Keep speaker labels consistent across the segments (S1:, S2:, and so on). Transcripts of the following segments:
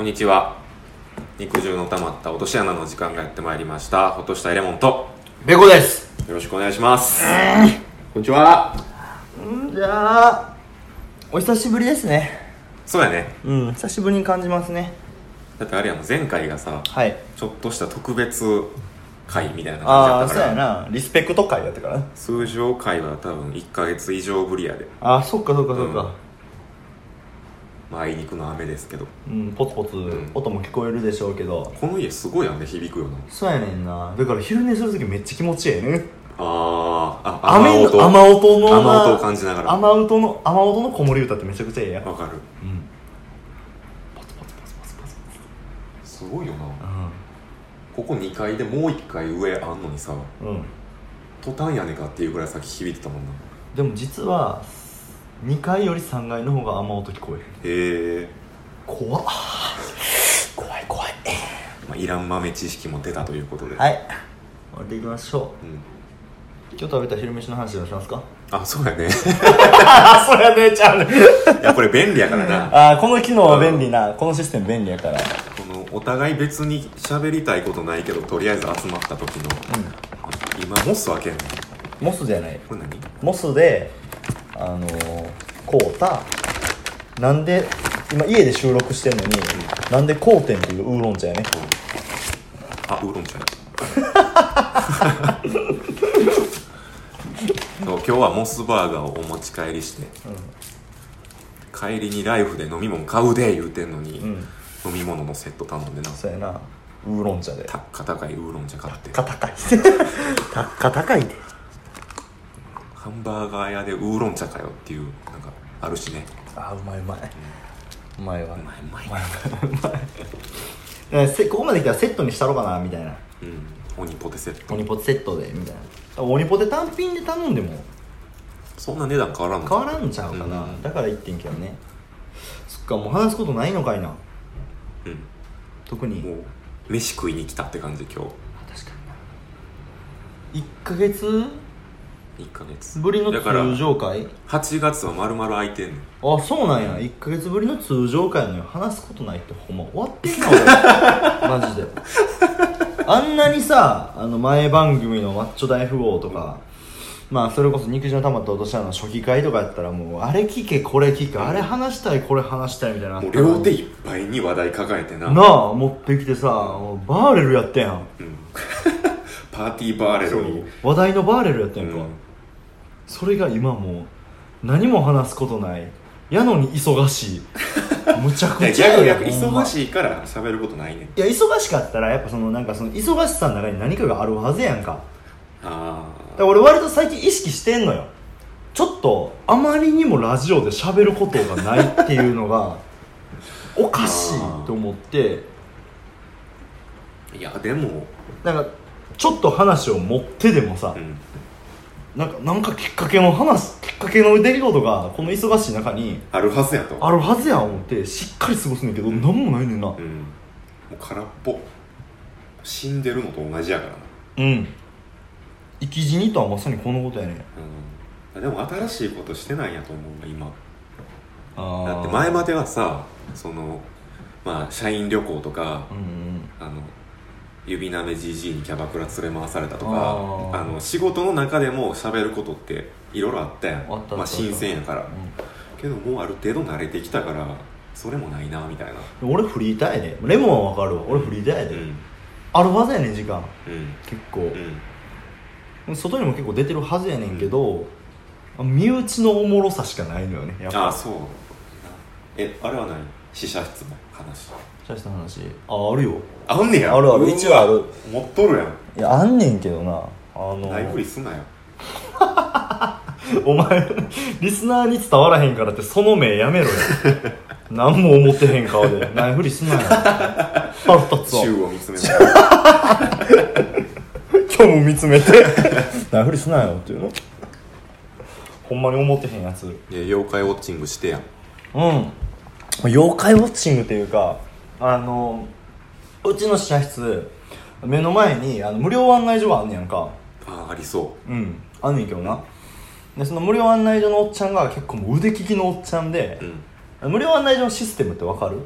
S1: んにちは肉汁のたまった落とし穴の時間がやってまいりましたほっとしたエレモンと
S2: ベコです
S1: よろしくお願いします
S3: こんにちは。
S2: じゃあお久しぶりですね
S1: そうやね
S2: うん久しぶりに感じますね
S1: だってあれやもん前回がさ
S2: はい
S1: ちょっとした特別会みたいな
S2: あ
S1: 感
S2: あ
S1: じ
S2: そう
S1: だ
S2: や
S1: ったから
S2: なリスペクト会やったからな
S1: 通常会は多分1ヶ月以上ぶりやで
S2: ああそっかそっかそっか
S1: まああいにくの雨ですけど
S2: うん、ポツポツ音も聞こえるでしょうけど
S1: この家すごい雨響くよな
S2: そうやねんなだから昼寝するときめっちゃ気持ちええね
S1: あーあ
S2: 雨の雨音の
S1: 雨音を感じながら
S2: 雨音の雨音の子守歌ってめちゃくちゃええやん
S1: わかる
S2: うん
S1: すごいよなここ2階でもう1階上あんのにさ
S2: うん、うん、
S1: トタン屋根かっていうぐらいさっき響いてたもんな
S2: でも実は2階より3階の方が雨音聞こえ
S1: へ
S2: る
S1: え、
S2: 怖っ怖い怖い
S1: まあ、いらん豆知識も出たということで、
S2: はいい終わっていきましょ
S1: うん、
S2: う今日食べた昼飯の話でもしますか
S1: あそうやね
S2: あ あそれは姉ちゃん
S1: いやこれ便利やからな
S2: ああこの機能は便利なこのシステム便利やから
S1: このお互い別に喋りたいことないけどとりあえず集まった時の、あ今モス開けんの
S2: モスじゃない
S1: これ何
S2: モスであのー、こうたなんで今家で収録してんのになんでこうてんっていうウーロン茶やね
S1: あウーロン茶や そう今日はモスバーガーをお持ち帰りして、帰りにライフで飲み物買うで言うてんのに、
S2: ん
S1: 飲み物のセット頼んでな
S2: そうやなウーロン茶で
S1: たっか高いウーロン茶買って
S2: 高い高 高いで
S1: ハンバーガー屋でウーロン茶かよっていうなんかあるしね
S2: あーうまいうまいうまいわ
S1: うまいうまい
S2: ねせここまで来たらセットにしたろかなみたいな
S1: うん鬼ポテセット
S2: 鬼ポテセットでみたいな鬼ポテ単品で頼んでも
S1: そんな値段変わらんの
S2: 変わらんちゃうかな、
S1: うん
S2: だから言ってんけどねそっかもう話すことないのかいな
S1: うん
S2: 特に
S1: もう飯食いに来たって感じ今
S2: 確かにな1ヶ月
S1: 日1ヶ月
S2: ぶりの
S1: だから
S2: 通常会
S1: 8月は丸々空いてんねん
S2: あそうなんや1ヶ月ぶりの通常会なのに話すことないってほんま終わってんな 俺マジであんなにさあの前番組のマッチョ大富豪とか、まあそれこそ肉汁の玉と落としたの初期会とかやったらもうあれ聞けこれ聞けあれ話したいこれ話したいみたいな
S1: もう両手いっぱいに話題抱えてな
S2: なあ持ってきてさもうバーレルやったやん
S1: うん、パーティーバーレルに
S2: 話題のバーレルやったやんか、
S1: うん
S2: それが今もう何も話すことないやのに 忙しいむちゃ
S1: い
S2: く
S1: や
S2: ちゃや
S1: 逆
S2: ん
S1: 逆
S2: ほんま
S1: 忙しいから喋ることないねん
S2: いや忙しかったらやっぱそのなんかその忙しさの中に何かがあるはずやんか
S1: あ
S2: だか
S1: あ
S2: ら俺割と最近意識してんのよちょっとあまりにもラジオで喋ることがないっていうのが おかしいと思って
S1: いやでも、
S2: なんかちょっと話を持ってでもさ、
S1: うん、
S2: なんかなんかきっかけの話きっかけの出来事がこの忙しい中に
S1: あるはずやと
S2: あるはずや思ってしっかり過ごすねんだけど何もないねんな
S1: うんもう空っぽ死んでるのと同じやからな、
S2: うん生き死にとはまさにこのことやねん
S1: うん、でも新しいことしてないんやと思うわ今だ
S2: だ
S1: って前まではさそのまあ社員旅行とか
S2: うんうん
S1: あの指なめじじいにキャバクラ連れ回されたとか
S2: あ
S1: あ
S2: ー
S1: の仕事の中でも喋ることっていろいろあったやん
S2: あったあった
S1: まあ、新鮮やからけどもうある程度慣れてきたからそれもないなみたいな
S2: 俺フリーターやでレモンはわかるわ俺フリーターや
S1: う
S2: で、
S1: ん
S2: あるはずやねん時間
S1: うん
S2: 結構
S1: う、ん
S2: 外にも結構出てるはずやねんけど、身内のおもろさしかないのよねやっ
S1: ああ
S2: ぱ
S1: そうえあれは何死者室の話
S2: 大した話ああるよ
S1: あんねや
S2: あるある
S1: うわ
S2: 一応ある
S1: 持っとるやん
S2: いやあんねんけどなあの
S1: ないふりすなよ
S2: お前リスナーに伝わらへんからってその目や めろよ何も思ってへん顔でないふりすなよ腹立つわ
S1: 宙を見つめながら
S2: 今日も見つめて ないふりすなよっていう のほんまに思ってへんやつ
S1: いや妖怪ウォッチングしてやん
S2: うん妖怪ウォッチングというかあのうちの試写室目の前にあの無料案内所があんねやんか
S1: ああありそ
S2: うんあんねんけどなでその無料案内所のおっちゃんが結構もう腕利きのおっちゃんで
S1: うう、ん
S2: 無料案内所のシステムってわかる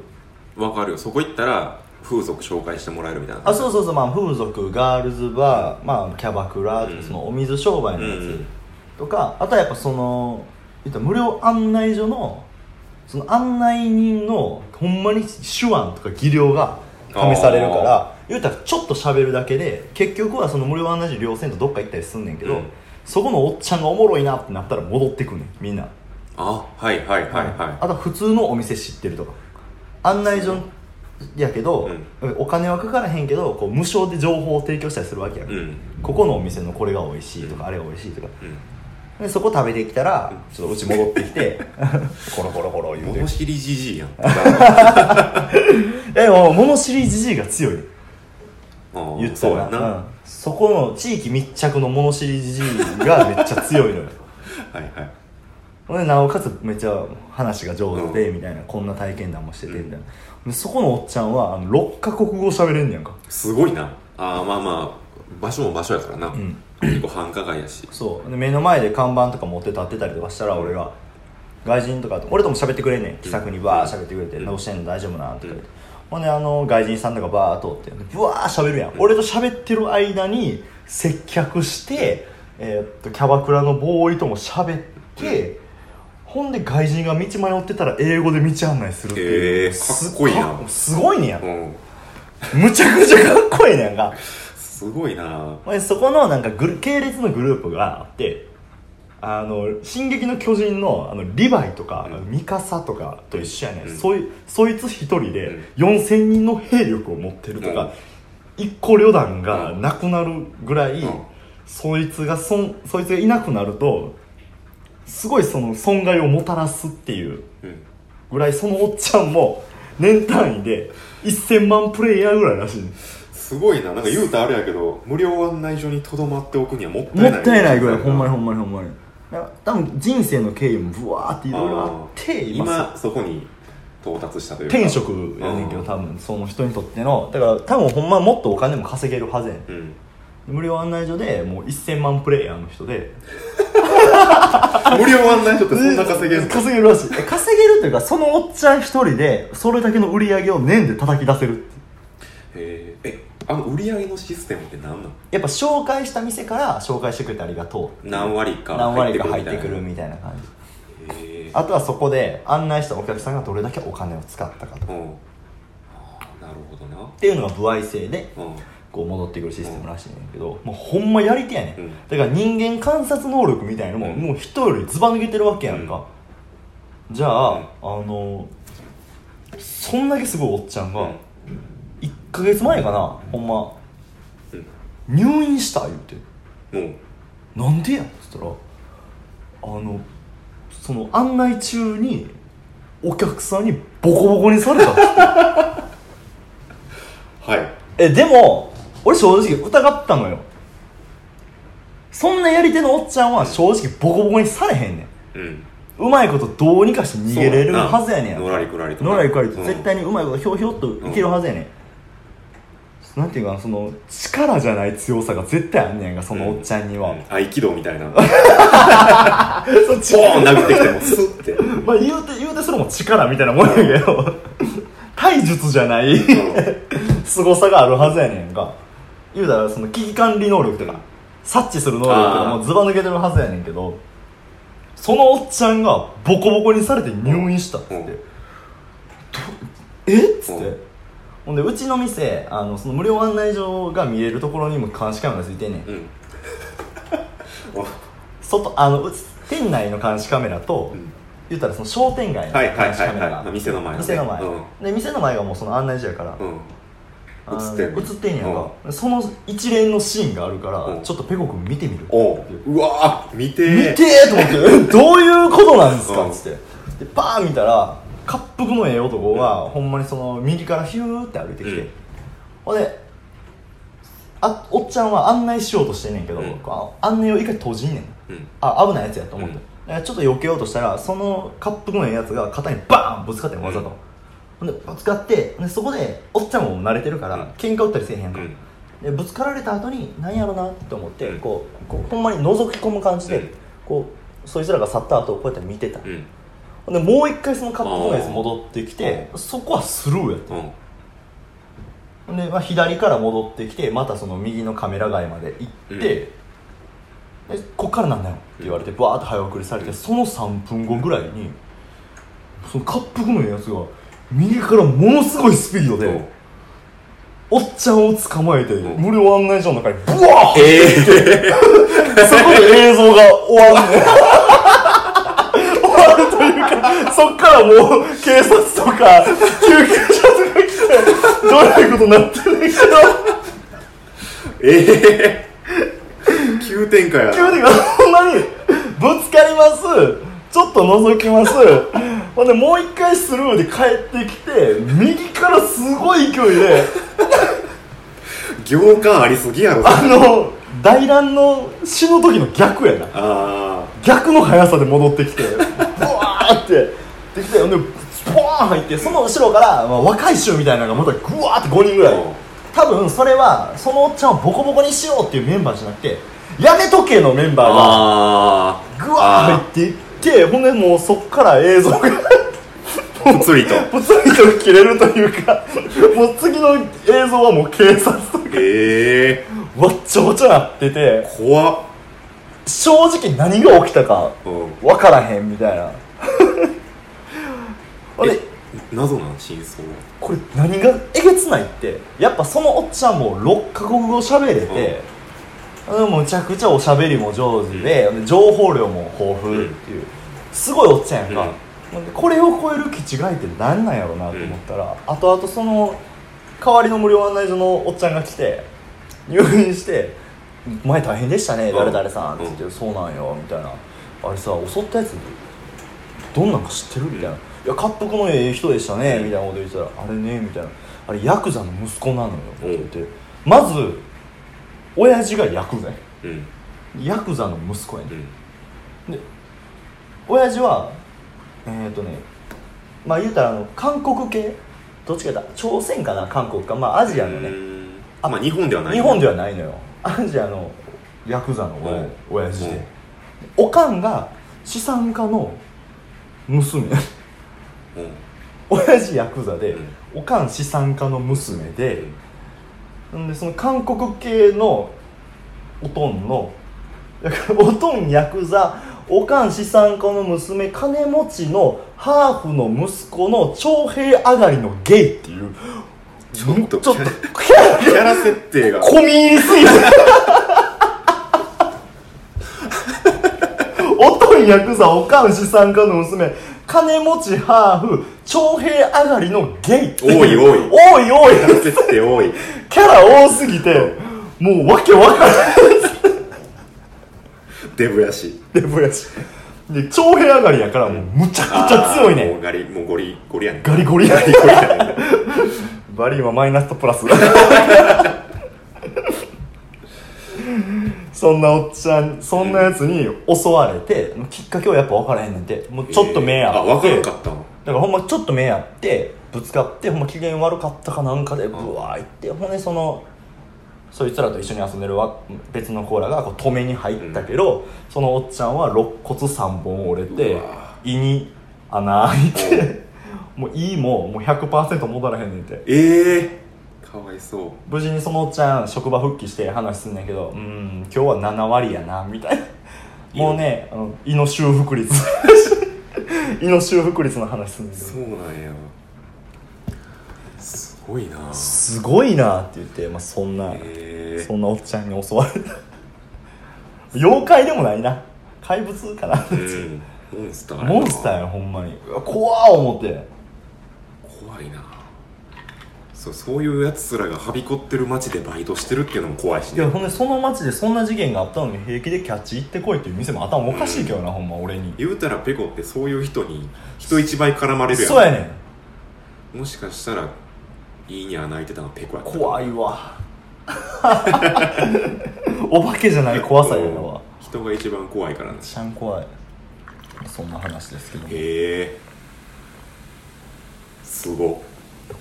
S1: わわかるよそこ行ったら風俗紹介してもらえるみたいな
S2: あそうそうそうまあ風俗ガールズバー、まあ、キャバクラとか、
S1: うん
S2: そのお水商売のや
S1: うんう
S2: つ
S1: ん
S2: とか、あとはやっぱその言ったら無料案内所のその案内人のほんまに手腕とか技量が試されるから言うたらちょっと喋るだけで結局はその無料案内所両線とどっか行ったりすんねんけど、
S1: うん
S2: そこのおっちゃんがおもろいなってなったら戻ってくんねんみんな。
S1: あはいはいはいはい
S2: あとは普通のお店知ってるとか案内所やけど、お金はかからへんけどこう無償で情報を提供したりするわけやん、
S1: うん
S2: ここのお店のこれが美味しいとか、あれが美味しいとか
S1: う
S2: でそこ食べてきたらちょっとうち戻ってきて コロコロコロ言
S1: ん
S2: うて
S1: 物知りじじいやん
S2: えもう物知りじじいが強い言
S1: 言
S2: った
S1: そう
S2: ら
S1: やな、
S2: うんそこの地域密着の物知りじじいがめっちゃ強いのよ
S1: はいはい
S2: ほんでなおかつめっちゃ話が上手でみたいな、こんな体験談もしててみたいな、でそこのおっちゃんはあの6カ国語喋れんねやんか
S1: すごいなあーまあまあ場所も場所やからな、
S2: ん
S1: 結構繁華街やし
S2: そうで目の前で看板とか持って立ってたりとかしたら俺が外人とかと俺とも喋ってくれんねん気さくにバー喋ってくれて「
S1: うん
S2: 直してんの大丈夫な」とか言って
S1: うん
S2: ほんであの外人さんとかバー通ってブワー喋るやん俺と喋ってる間に接客してえーっとキャバクラのボーイとも喋ってほんで外人が道迷ってたら英語で道案内するっていう
S1: へーかっこいいな
S2: すごいねやん
S1: うん
S2: むちゃくちゃかっこいいねやんか
S1: すごいな
S2: まあそこのなんかグル系列のグループがあってあの「進撃の巨人の」あのリヴァイとか、
S1: うん
S2: ミカサとかと一緒やね、、
S1: うんん
S2: そいそいつ一人で
S1: うん
S2: 4000人の兵力を持ってるとか、一個旅団がなくなるぐらい、
S1: うん
S2: そいつがそんそいつがいなくなるとすごいその損害をもたらすっていう
S1: うん
S2: ぐらいそのおっちゃんも年単位で1000万プレイヤーぐらいらしいね
S1: すごいななんか言うたらあれやけど無料案内所にとどまっておくにはもったい
S2: も
S1: ない
S2: ったいないぐらいほんまにほんまにほんまにだから多分人生の経緯もぶわーっていろいろあって
S1: ー
S2: 今
S1: 今そこに到達したというか
S2: 天職やねんけど
S1: うん
S2: 多分その人にとってのだから多分ほんまもっとお金も稼げるはずやねん
S1: うん
S2: 無料案内所でもう1000万プレイヤーの人で
S1: 無料案内所ってそんな稼げるの
S2: 稼げるらしいえ稼げるというかそのおっちゃん一人でそれだけの売り上げを年で叩き出せるってい
S1: へ
S2: う
S1: ーえあの売り上げのシステムって何なの
S2: やっぱ紹介した店から紹介してくれてありがとう
S1: 何割か
S2: 何割か入
S1: 入
S2: っ
S1: ってて
S2: く
S1: く
S2: る
S1: るみ
S2: みたいな感じ
S1: たいなへ
S2: あとはそこで案内したお客さんがどれだけお金を使ったかと
S1: ー
S2: かっ
S1: うんあーなるほどな
S2: ていうのが歩合制で
S1: うん
S2: こう戻ってくるシステムらしいねんだけど、もうほんまやり手やねん、
S1: うん
S2: だから人間観察能力みたいのも、
S1: うん
S2: もう人よりずば抜けてるわけやんか、じゃあ、あのそんだけすごいおっちゃんが、1ヶ月前かなほんま
S1: うん
S2: 入院した言うて
S1: もう
S2: なんでやっつったらあのその案内中にお客さんにボコボコにされたっつって
S1: はい
S2: えでも俺正直疑ったのよそんなやり手のおっちゃんは正直ボコボコにされへんねん
S1: うん
S2: うまいことどうにかして逃げれ
S1: そ
S2: る
S1: うやな
S2: はずやねん
S1: のらりくらりとな
S2: のらりくらりと
S1: うん
S2: 絶対にうまいことひょうひょっといけるはずやねん、なんていうかなその力じゃない強さが絶対あんねやんかそのおっちゃんには、
S1: う合気道みたいな ボ
S2: そっち
S1: ーン殴ってきてもスッ てうん
S2: まあ言うて言うてそれも力みたいなもんやけど 体術じゃない凄さがあるはずやねんか言うたらその危機管理能力とか察知する能力がもうずば抜けてるはずやねんけどそのおっちゃんがボコボコにされて入院したっつって、
S1: うん
S2: どえっつって、
S1: うん
S2: ほんでうちの店あのその無料案内所が見えるところにも監視カメラついてんねん、
S1: うんお
S2: 外あのうち店内の監視カメラと、
S1: うん
S2: 言ったらその商店街の
S1: はいはい
S2: 監視
S1: はいはい
S2: カメラが
S1: まあ店の前のね
S2: 店の前、
S1: う
S2: で店の前がもうその案内所やから、
S1: うん
S2: あの
S1: 映ってんの
S2: 映ってんやんか、その一連のシーンがあるから、
S1: うん
S2: ちょっとペコ君見てみる
S1: おううわー見て
S2: 見
S1: ー
S2: てーと思ってえ「どういうことなんですか?」
S1: うん
S2: っつってでパーン見たら恰幅のええ男が、ほんまにその右からヒューって歩いてきて、
S1: うん
S2: ほんであおっちゃんは案内しようとしてんねんけど、
S1: うん
S2: こう案内を一回閉じんねん
S1: うん
S2: あ危ないやつやと思って、
S1: うん
S2: だからちょっと避けようとしたらそのカップのやつが肩にバーンぶつかってんわざと、ほんでぶつかってでそこでおっちゃんも慣れてるから、
S1: うん
S2: 喧嘩打ったりせえへんやんか、
S1: うん
S2: でぶつかられた後に何やろなって思って、
S1: うん
S2: こうこうほんまに覗き込む感じで、
S1: うん
S2: こうそいつらが去った後をこうやって見てた、
S1: うん
S2: ほんでもう一回そのカップのやつ戻ってきてそこはスルーやって
S1: うん
S2: ほんで、まあ、左から戻ってきてまたその右のカメラ街まで行って、でこっからなんだよって言われてバーって早送りされて、その3分後ぐらいにそのカップのやつが右からものすごいスピードで、
S1: うん
S2: おっちゃんを捕まえて、
S1: ん
S2: 無料案内所の中にブワーッ
S1: ええ
S2: そこで映像が終わんねん終わるというかそっからもう警察とか救急車とか来てどういうことになってんねんけど
S3: ええ 急展開や
S2: 急にほんまにぶつかりますちょっと覗きますほんでもう一回スルーで帰ってきて右からすごい勢いで
S3: 行間ありすぎやろ
S2: あの大乱の死ぬ時の逆やな
S3: あ
S2: 逆の速さで戻ってきてブワーってできてほんでスポーン入ってその後ろから、まあ、若い衆みたいなのがまたグワーって5人ぐらい
S1: うん
S2: 多分それはそのおっちゃんをボコボコにしようっていうメンバーじゃなくてやめとけのメンバーが
S1: あ
S2: グワー入っていってほんでもうそっから映像が
S1: あぷつりと
S2: ぽつりと切れるというか もう次の映像はもう警察とか
S1: ええ
S2: わっちゃわちゃなってて
S1: 怖っ
S2: 正直何が起きたか
S1: うん
S2: わからへんみたいな あれ
S1: 謎なん真相
S2: これ何がえげつないってやっぱそのおっちゃんも6カ国語喋れて、うん、むちゃくちゃおしゃべりも上手で、情報量も豊富っていう、すごいおっちゃんやんか、なんでこれを超える気違いって何なんやろうなと思ったら、後々その代わりの無料案内所のおっちゃんが来て入院して「前大変でしたね
S1: うん
S2: 誰々さん」って言って「
S1: う
S2: そうなんよ」みたいな「あれさ襲ったやつどんなんか知ってる?」みたいな「いや滑覆のええ人でしたね」みたいなこと言ってたら「あれね」みたいな「あれヤクザの息子なのよ」って言ってまず親父がヤクザや
S1: うん
S2: んヤクザの息子やねん
S1: うん
S2: 親父はえーっ、とねまあ言うたらあの韓国系どっちかだ朝鮮かな韓国かまあアジアの
S1: う
S2: ね
S1: ーんまあ日本ではない
S2: 日本で
S1: は
S2: はないのよアジアのヤクザの親,、
S1: うん
S2: 親父で、おかんが資産家の娘
S1: うん
S2: 親父ヤクザで、
S1: うん
S2: おかん資産家の娘で
S1: う、ん
S2: んでその韓国系のおとんのだからおとんヤクザおかん資産家の娘金持ちのハーフの息子の徴兵上がりのゲイっていう
S1: ちょっと
S2: ちょっと
S3: キャラ設定が
S2: 込み入りすぎて おとんヤクザおかん資産家の娘金持ちハーフ徴兵上がりのゲイってう
S1: 多い多い
S2: 多い多い
S1: キャラ設定多い
S2: キャラ多すぎてもうわけわからない
S1: デブやし
S2: レベルやしで長兵上がりやからもうむちゃくちゃ強い
S1: あー
S2: ね
S1: もうガリもうゴリゴリやね
S2: ガリゴリや
S1: ガリゴリやね
S2: バリーはマイナスとプラス そんなおっちゃんそんなやつに襲われてきっかけはやっぱ分からへんねんてもうちょっと目や
S1: あ分からんかったわ
S2: だからほんまちょっと目やってぶつかってほんま機嫌悪かったかなんかでブワーいってほんでそのそいつらと一緒に遊んでるわ別の子らがこう止めに入ったけど、そのおっちゃんは肋骨3本折れて
S1: うわ
S2: 胃に穴開いて もう胃ももう100%戻らへんねんて
S1: ええー、かわいそ
S2: 無事にそのおっちゃん職場復帰して話すんだけどうーん今日は7割やなみたいなもうねあの胃の修復 率胃の修復率の話すんだけ
S1: う
S2: ど
S1: そうなんやすごいな
S2: すごいなって言って、まあ、そんな、
S1: え
S2: そんなおっちゃんに襲われた妖怪でもないな怪物かな
S1: えー、うんモンスターやな
S2: モンスターやほんまにうわ怖ー思って
S1: 怖いなそうそういうやつらがはびこってる街でバイトしてるっていうのも怖いし
S2: いや
S1: ね
S2: ほんでその街でそんな事件があったのに平気でキャッチ行ってこいっていう店も頭おかしいけどなほんま俺に
S1: 言うたらペコってそういう人に人一倍絡まれるやん
S2: そうやねん
S1: もしかしたらいいには泣いてたのペコやった
S2: 怖いわお化けじゃない怖さやなわ
S1: 人が一番怖いからな
S2: ちゃん怖いそんな話ですけども
S1: へえすごっ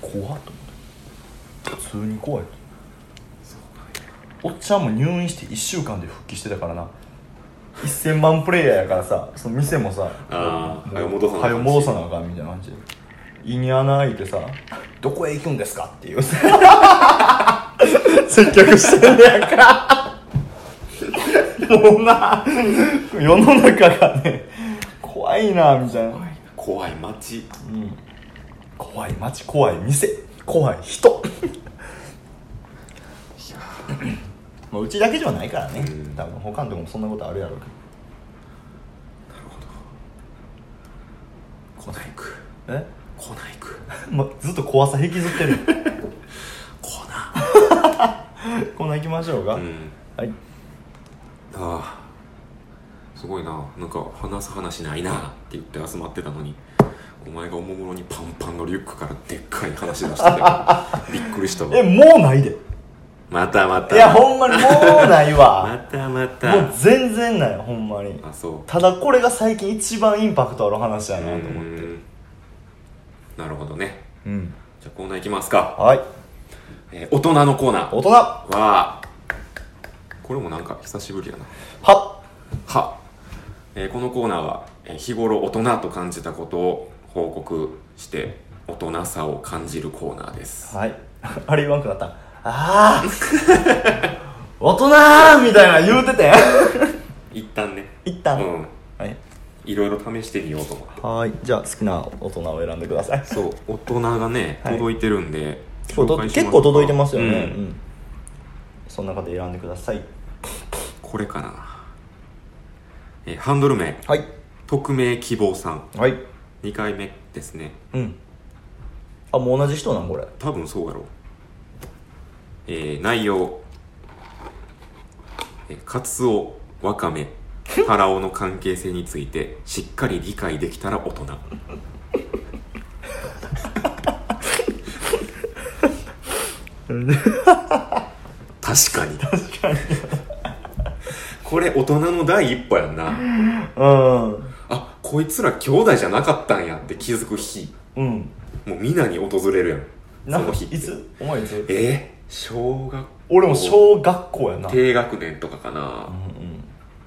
S2: 怖っと思って普通に怖いとおっちゃんも入院して1週間で復帰してたからな1000万プレイヤーやからさその店もさ
S3: あー
S2: もう
S3: 早戻さなあかんし
S2: 早戻さなあかんみたいな感じで胃に穴開いてさ「どこへ行くんですか?」っていう接客してんねやんかもうな世の中がね怖いなみたいな
S3: 怖い街
S2: 怖い街怖い店怖い人まあうちだけじゃないからね、
S3: うん
S2: 多分他のとこもそんなことあるやろうけ
S3: コナイク
S2: どえ
S3: コナイク
S2: ま、ずっと怖さ引きずってる
S3: コナ
S2: こんなん行きましょうか、
S1: うん
S2: はい
S1: ああすごいななんか話す話ないなって言って集まってたのにお前がおもむろにパンパンのリュックからでっかい話出してたから びっくりしたわ
S2: えもうないで
S1: またま
S2: い
S1: た
S2: やほんまにもうない
S1: ま
S2: わ
S1: たまた
S2: もう全然ないほんまに
S1: あそ
S2: ただこれが最近一番インパクトある話や
S1: う
S2: なと思って
S1: うんなるほどね
S2: うん
S1: じゃあコーナーいきますか、
S2: はい
S1: えー大人のコーナー
S2: 大人は
S1: わあこれもなんか久しぶりやな
S2: っ
S1: は、えーこのコーナーは、えー日頃大人と感じたことを報告して大人さを感じるコーナーです
S2: はいあれ言わんくなったああ 大人ーみたいな言うてて
S1: 一旦ね
S2: 一旦
S1: うん
S2: はい
S1: いろいろ試してみようと思って
S2: はーいじゃあ好きな大人を選んでください
S1: そう大人がね
S2: はい
S1: 届いてるんで、
S2: そう
S1: 紹
S2: と
S1: 介し
S2: 結構届いてますよね、
S1: う
S2: うんんそんな方選んでください
S1: これかな、えーハンドル名
S2: はい
S1: 匿名希望さん
S2: はい
S1: 2回目ですね
S2: うんあもう同じ人なんこれ
S1: 多分そうやろうえー内容えーカツオワカメラオの関係性についてしっかり理解できたら大人確かに確かにこれ大人の第一歩やんな
S2: うん
S1: あこいつら兄弟じゃなかったんやって気づく日
S2: うん
S1: もう皆に訪れるやん
S2: なん
S1: その
S2: か
S1: 日って
S2: いつお前いつ
S1: えー小学
S2: 俺も小学校やな
S1: 低学年とかかな、
S2: うん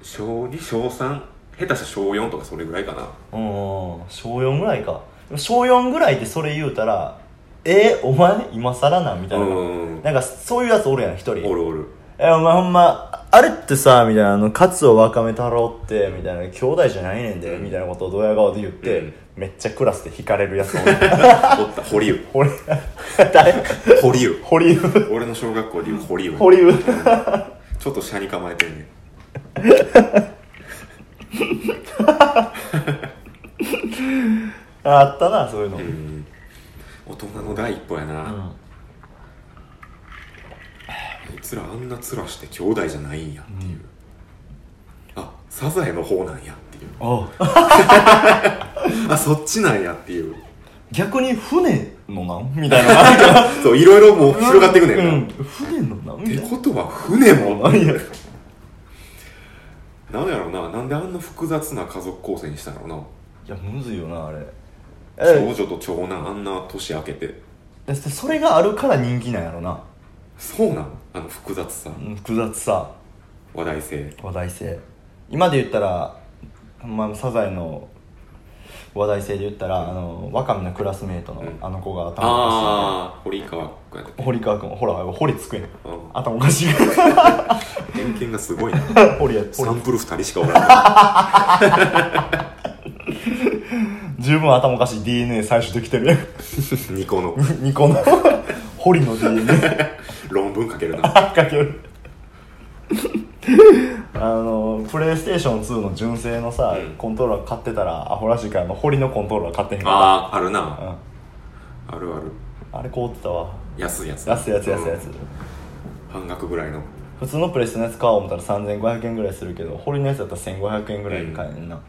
S1: 小2小3下手したら小4とかそれぐらいかな
S2: うんうん小4ぐらいかでも小4ぐらいでそれ言うたらえお前今更なんみたいな、
S1: うん
S2: なんかそういうやつおるやん一人
S1: おるおる
S2: えお前ほんまあれってさみたいなあのカツオワカメ太郎ってみたいな兄弟じゃないねんで、みたいなことをドヤ顔で言って、
S1: うん
S2: めっちゃクラスで引かれるやつお
S1: お
S2: る
S1: った堀湯
S2: 俺誰
S1: 堀湯
S2: 堀湯
S1: 俺の小学校でいう堀湯
S2: 堀湯
S1: ちょっと車に構えてんねん
S2: あったなそういうの、
S1: うん大人の第一歩やな、
S2: ん
S1: こいつらあんな面して兄弟じゃないんやっていう、あサザエの方なんやっていう
S2: あ
S1: あそっちなんやっていう
S2: 逆に船のなんみたいな
S1: そういろいろもう 広がっていくねんな、
S2: うん船のなんみ
S1: って
S2: たい
S1: ことは船も
S2: ないや
S1: なんやろななんであんな複雑な家族構成にしたんやろない
S2: やむずいよなあれ
S1: 長
S2: え
S1: 女と長男あんな年明けて
S2: だってそれがあるから人気なんやろな
S1: そうなんあの複雑さ
S2: うん複雑さ
S1: 話題性
S2: 話題性今で言ったら、まあ、サザエの話題性で言ったら、あのワカメのクラスメートの
S1: うん
S2: あの子が頭おか
S1: ああ堀川君やったっ
S2: しい、堀川君ほら堀つくやん
S1: けうん
S2: 頭おかしい
S1: 偏見がすごいな
S2: 堀や
S1: サ
S2: 堀
S1: ンプル2人しかおら
S2: 十分頭おかしい DNA 採取できてるやん
S1: んニコの
S2: ニコの堀の DNA
S1: 論文書ける な
S2: かけるあのプレイステーション2の純正のさ、
S1: うん
S2: コントローラー買ってたらアホらしいからあの堀のコントローラー買ってへんか
S1: ああある
S2: ら
S1: な
S2: うん
S1: あるある
S2: あれ凍ってたわ
S1: 安いやつ
S2: 安いやつ安いやつ、
S1: うん半額ぐらいの
S2: 普通のプレスのやつ買おう思ったら3500円ぐらいするけど堀のやつだったら1500円ぐらいで買えんな、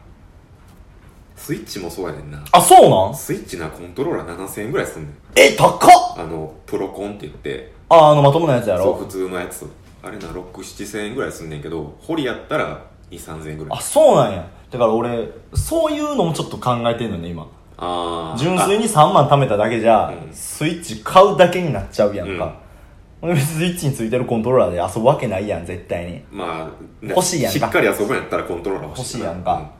S1: スイッチもそうやねんな
S2: あそうなん
S1: スイッチなコントローラー7000円ぐらいすんねん
S2: え高っ
S1: あのプロコンって言って
S2: ああのまともなやつや
S1: そう
S2: ろ
S1: 普通のやつあれな67000円ぐらいすんねんけど堀やったら23000円ぐらい
S2: あそうなんやだから俺そういうのもちょっと考えてんのね今
S1: あー
S2: 純粋に3万貯めただけじゃ、
S1: うん
S2: スイッチ買うだけになっちゃうやんか、俺別にスイッチについてるコントローラーで遊ぶわけないやん絶対に
S1: まあ、ね
S2: 欲しいやんか
S1: しっかり遊ぶんやったらコントローラー欲
S2: 欲
S1: し
S2: し
S1: い
S2: い
S1: な
S2: やんか、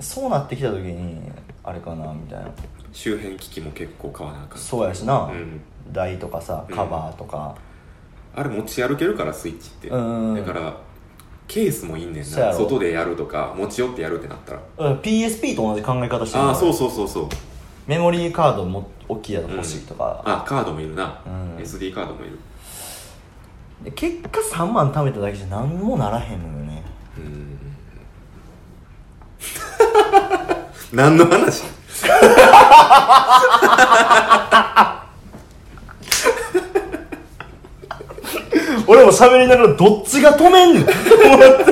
S2: そうなってきた時にあれかなみたいな
S1: うん周辺機器も結構買わなあかん
S2: そうやしな、
S1: うん
S2: 台とかさカバーとか、
S1: あれ持ち歩けるからスイッチって
S2: うん
S1: だからケースもいいねん
S2: そうや
S1: な
S2: ろ
S1: 外でやるとか持ち寄ってやるってなったら
S2: うん PSP と同じ考え方してる
S1: ああそうそうそうそう
S2: メモリーカードも大きいやつ欲しいとか、
S1: あカードもいるな、
S2: うん
S1: SD カードもいる
S2: で結果3万貯めただけじゃ何もならへんのよね
S1: うん何の話
S2: 俺も喋りながらどっちが止めんねんと思って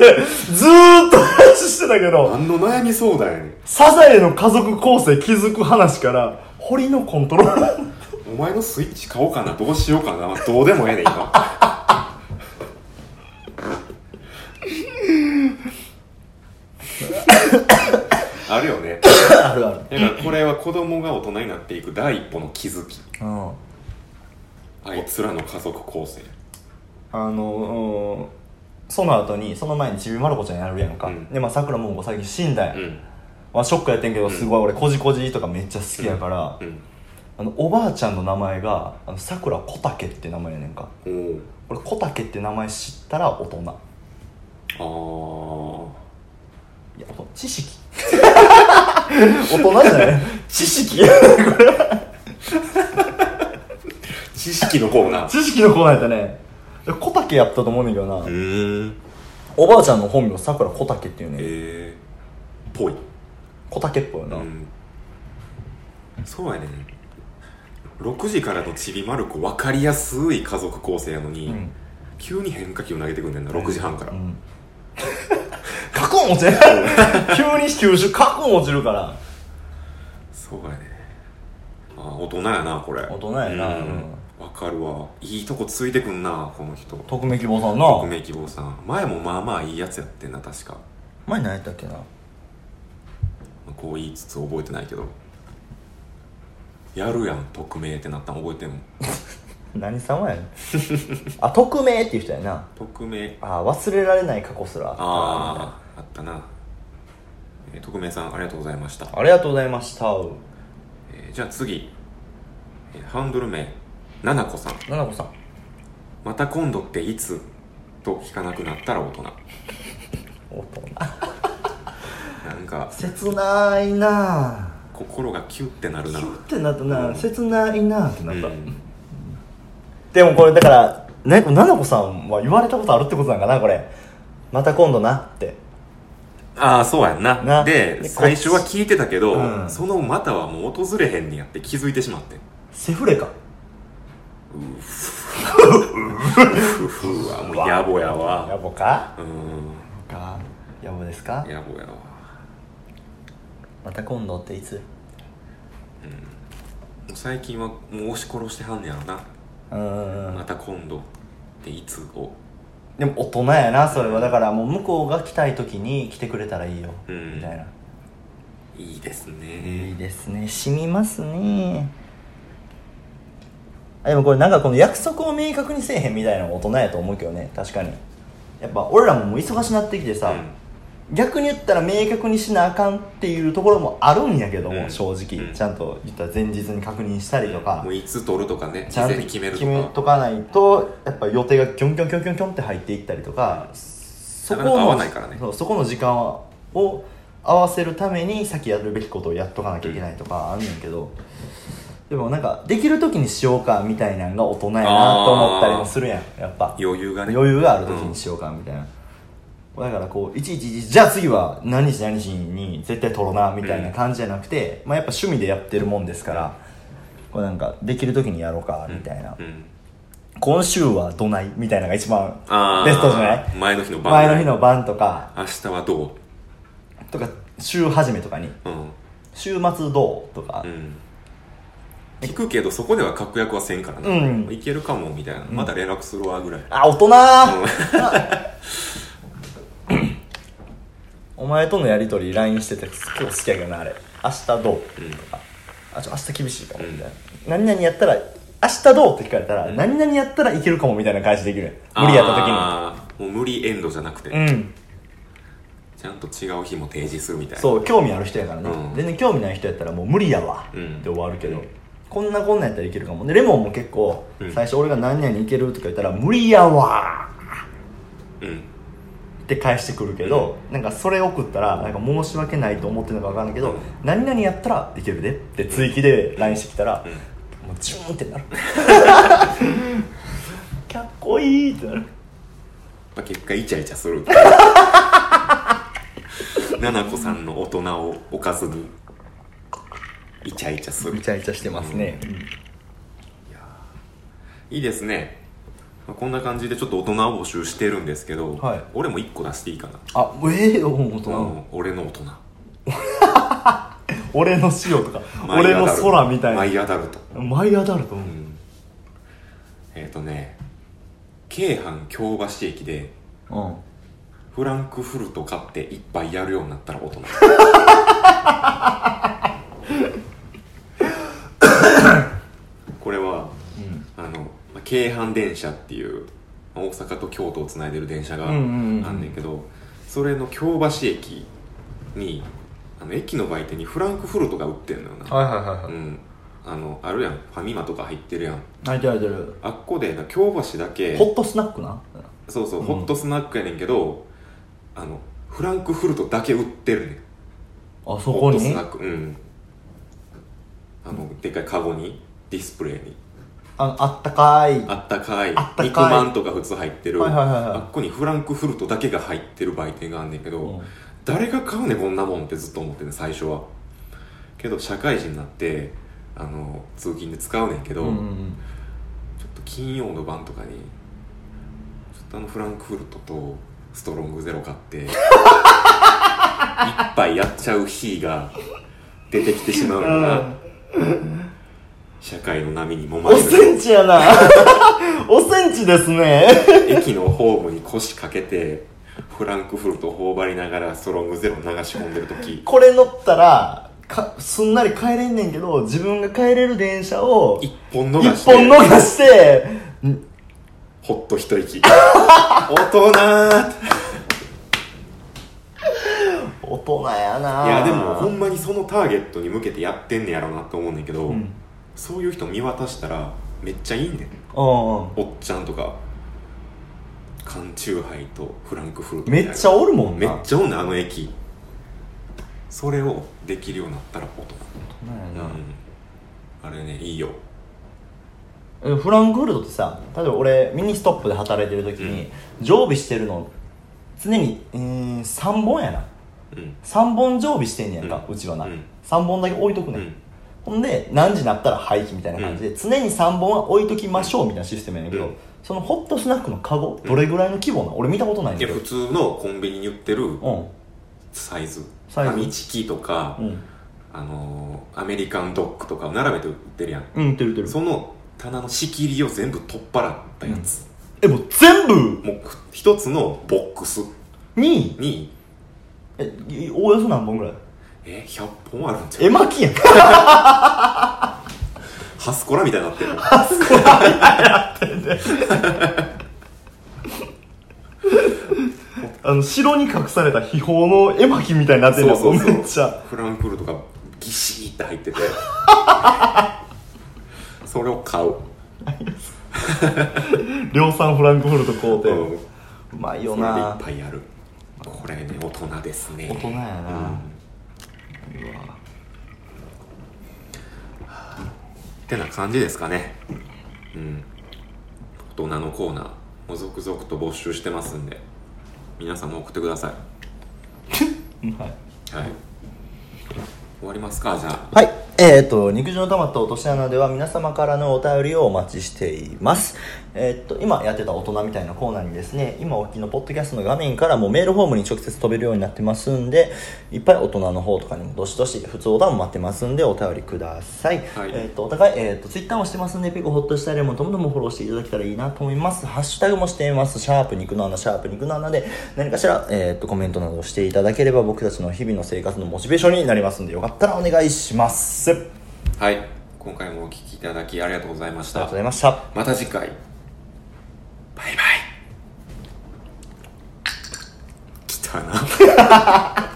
S2: ずーっと話してたけど
S1: 何の悩み相談やねん
S2: サザエの家族構成気づく話から堀のコントローラー
S1: お前のスイッチ買おうかなどうしようかなどうでもええねん今 あるよね
S2: あるある
S1: だからこれは子供が大人になっていく第一歩の気づき
S2: うん
S1: あいつらの家族構成
S2: あのうんその後にその前にちびまる子ちゃんやるやんか、
S1: うん
S2: でまあさくらももこ最近死んだやん、
S1: うん
S2: まあ、ショックやってんけどすごい俺こじこじとかめっちゃ好きやから、
S1: うん
S2: あのおばあちゃんの名前があのさくらこたけって名前やねんか
S1: おー
S2: 俺こたけって名前知ったら大人
S1: あ
S2: いや大人知 識大人じゃない知識
S1: あ知識のコーナー
S2: 知識のコーナーやったねこたけやったと思うねんだけどな、
S1: うん
S2: おばあちゃんの本名さくらこたけっていうね
S1: えー、ぽい
S2: こたけっぽいよな、
S1: うんそうやね6時からのちびまる子分かりやすい家族構成やのに、
S2: うん
S1: 急に変化球投げてくんねんな6時半から、
S2: うん、カクン落ちる急に球種カクン落ちるから
S1: そうやねあー大人やなこれ
S2: 大人やな
S1: うん
S2: うん
S1: わかるわいいとこついてくんなこの人
S2: 匿名希望さんな
S1: 匿名希望さん前もまあまあいいやつやってんな確か
S2: 前何やったっけな
S1: こう言いつつ覚えてないけどやるやん匿名ってなったん覚えてんの
S2: 何様やねん あ匿名っていう人やな
S1: 匿名
S2: あ忘れられない過去すらあった
S1: あああったな、えー匿名さんありがとうございました、
S2: ありがとうございました
S1: えーじゃあ次、えーハンドル名ななこさん
S2: ななこさん
S1: また今度っていつと聞かなくなったら大人
S2: 大人
S1: なんか
S2: 切ないな
S1: 心がキュッてなる
S2: キ
S1: な
S2: ュッてなったな、
S1: うん
S2: 切ないなってなった、
S1: うん
S2: でもこれだからねななこさんは言われたことあるってことなんかなこれまた今度なって
S1: ああそうやんな
S2: な
S1: で
S2: で
S1: 最初は聞いてたけど、
S2: うん
S1: そのまたはもう訪れへんにやって気づいてしまって
S2: セフレか
S1: ふふわもうやぼやわ
S2: 野暮か
S1: うーん
S2: か野暮ですか
S1: やぼやわ
S2: また今度っていつ
S1: もう最近はもう押し殺してはんねやろな、
S2: うんうんう
S1: ま
S2: ん
S1: た今度っていつを
S2: でも大人やなそれはだからもう向こうが来たい時に来てくれたらいいよ、
S1: うん
S2: みたいない
S1: いです
S2: いい
S1: ね
S2: ですね染みますねあでもこれなんかこの約束を明確にせえへんみたいなのが大人やと思うけどね確かにやっぱ俺らももう忙しなってきてさ、逆に言ったら明確にしなあかんっていうところもあるんやけども、
S1: うん
S2: 正直、
S1: うん
S2: ちゃんと言ったら前日に確認したりと
S1: うん
S2: か
S1: も、ういつ取るとかね
S2: ち
S1: 事
S2: ゃん
S1: 前
S2: と
S1: に決めると
S2: 決
S1: か
S2: めとかないとやっぱ予定がキョンキョンキョンキョンキョンって入っていったりとかそ
S1: なかなか合わないからね
S2: そうそこの時間を合わせるために先やるべきことをやっとかなきゃいけないとかあるんやけど、でもなんかできる時にしようかみたいなのが大人やなと思ったりもするやんやっぱ
S1: 余裕がね
S2: 余裕がある時にしようかみたいな、だからこういちいちじゃあ次は何時何時に絶対取ろうなみたいな感じじゃなくて、まあやっぱ趣味でやってるもんですから、こうなんかできる時にやろうかみたいな、
S1: うんうん
S2: 今週はどないみたいなのが一番
S1: あー
S2: ベストじゃない
S1: 前の日の晩
S2: 前の日の晩とか
S1: 明日はど
S2: とか週始めとかに
S1: ううん、
S2: 週末どうとか、
S1: うん、聞くけどそこでは確約はせんからね、
S2: うん
S1: いけるかもみたいな、また連絡するわぐらい、
S2: あ大人 お前とのやり取り LINE してて結構好きやけどなあれ明日どう、とかあちょ明日厳しいかもみたいな、何々やったら明日どうって聞かれたら、何々やったらいけるかもみたいな感じできるやん無理やった
S1: た時にもう無理エンドじゃなくて、
S2: 時にうん
S1: ちゃんと違う日も提示するみたいな
S2: そう興味ある人やからね、
S1: うん
S2: 全然興味ない人やったらもう無理やわ、
S1: うん
S2: って終わるけど、こんなこんなんやったらいけるかもでレモンも結構、
S1: うん
S2: 最初俺が何々いけるとか言ったら無理やわ
S1: うん
S2: って返してくるけど、なんかそれ送ったらなんか申し訳ないと思ってるのか分かんないけど、
S1: うん
S2: 何々やったらいけるでって追記で LINE してきたら、もうジューンって なるかっこいいってなる
S1: まあ、結果イチャイチャす るななこさんの大人をおかずにイチャイチャする
S2: イチャイチャしてますね、
S1: いいですね、まあ、こんな感じでちょっと大人募集してるんですけど、
S2: はい
S1: 俺も1個出していいかな
S2: あええー、大人、
S1: うん俺の大人
S2: 俺の塩とか
S1: マイ
S2: 俺
S1: アダ
S2: の
S1: ルト
S2: 空みたい
S1: マ
S2: な
S1: イアダルト
S2: マイアダルト、
S1: うんえっ、とね京阪京橋駅で
S2: うん
S1: フランクフルト買って一杯やるようになったら大人 これはあのまあ京阪電車っていうまあ大阪と京都をつないでる電車があ
S2: うんうんうん
S1: んねんけど、それの京橋駅にあの駅の売店にフランクフルトが売ってんのよな、
S2: はいはいはいは
S1: う
S2: い
S1: ん、あのあるやんファミマとか入ってるやん
S2: 泣いてる泣いてる
S1: あっこでな京橋だけ
S2: ホットスナックな
S1: そうそう、
S2: うん
S1: ホットスナックやねんけどあのフランクフルトだけ売ってるねん
S2: あそこ
S1: ホットス
S2: に
S1: ナックうんあのでっかいカゴにディスプレイに
S2: ああったかい
S1: あったかい
S2: あったかい
S1: 肉まんとか普通入ってる、
S2: はいはいはいはい
S1: あっこにフランクフルトだけが入ってる売店があんねんけど、
S2: うん
S1: 誰が買うねんこんなもんってずっと思ってんねん最初はけど社会人になってあの通勤で使うねんけど、
S2: うんうん
S1: ちょっと金曜の晩とかにちょっとあのフランクフルトとストロングゼロ買って一杯やっちゃう日が出てきてしまうのが、社会の波にもま
S2: お
S1: れ
S2: セン
S1: る
S2: チ やなおセンチですね
S1: 駅のホームに腰掛けてフランクフルトを頬張りながらストロングゼロ流し込んでる時
S2: これ乗ったらかすんなり帰れんねんけど自分が帰れる電車を
S1: 一本逃
S2: 一
S1: して
S2: 本逃して
S1: ほっと一息大人ーって
S2: 大人やない
S1: いやでもほんまにそのターゲットに向けてやってんねやろうなと思うねんけど、
S2: うん
S1: そういう人見渡したらめっちゃいいねん
S2: うん
S1: おっちゃんとか缶チューハイとフランクフルト
S2: めっちゃ
S1: お
S2: おるもん
S1: めっ
S2: な
S1: ちゃおんねんあの駅それをできるようになったら大人
S2: なんや
S1: う
S2: な
S1: ん、あれねいいよ
S2: えフランクフルトってさ例えば俺ミニストップで働いてる時に、常備してるの常に、えー、3本やな
S1: うん
S2: 3本常備してんねやんか、
S1: う
S2: うんちはな、
S1: うん
S2: 3本だけ置いとくね、
S1: うん
S2: んほんで何時になったら廃棄みたいな感じで、常に3本は置いときましょうみたいなシステムやねんけど、
S1: うん
S2: そのホットスナックのカゴどれぐらいの規模なの俺見たことないん
S1: い
S2: だ
S1: や
S2: けど
S1: 普通のコンビニに売ってる
S2: うん
S1: サイズ
S2: サイズ
S1: ファミチキとか、
S2: うん
S1: あのーアメリカンドッグとかを並べて売ってるやん
S2: うん売ってる売ってる
S1: その棚の仕切りを全部取っ払ったやつ、
S2: えもう全部
S1: もう一つのボックス
S2: に
S1: に
S2: えいおおよそ何本ぐらい
S1: え100本あるんちゃう
S2: 絵巻やん
S1: ハスコラみたいになってる
S2: あそこあの城に隠された秘宝の絵巻みたいになってるんだ
S1: そうそうそう
S2: めっちゃ
S1: フランクフルトがギシーって入って てそれを買う、
S2: 量産フランクフルト買うて、
S1: うん、
S2: うまいよ
S1: それでいっ
S2: な
S1: ぱいやるこれね大人ですね
S2: 大人や
S1: う
S2: な、
S1: ん
S2: は
S1: ってな感じですかねうん大人のコーナーも続々と募集してますんで皆さんも送ってくださ
S2: い
S1: いはい終わりますかじゃあ
S2: はい。えっ、と、肉汁の玉と落とし穴では皆様からのお便りをお待ちしています。えっ、と、今やってた大人みたいなコーナーにですね、今お聞きのポッドキャストの画面からもメールフォームに直接飛べるようになってますんで、いっぱい大人の方とかにもどしどし、普通おたも待ってますんで、お便りください。
S1: はい
S2: えっ、と、お互い、えっ、と、ツイッターもしてますんで、ペコほっとしたりもともともフォローしていただけたらいいなと思います。ハッシュタグもしています。シャープ肉の穴、シャープ肉の穴で、何かしら、えっ、と、コメントなどをしていただければ、僕たちの日々の生活のモチベーションになりますんで、よかったらお願いします。
S1: はい今回もお聞きいただきありがとうございまし
S2: あり
S1: た
S2: がとうございました
S1: また次回バイバイ来たな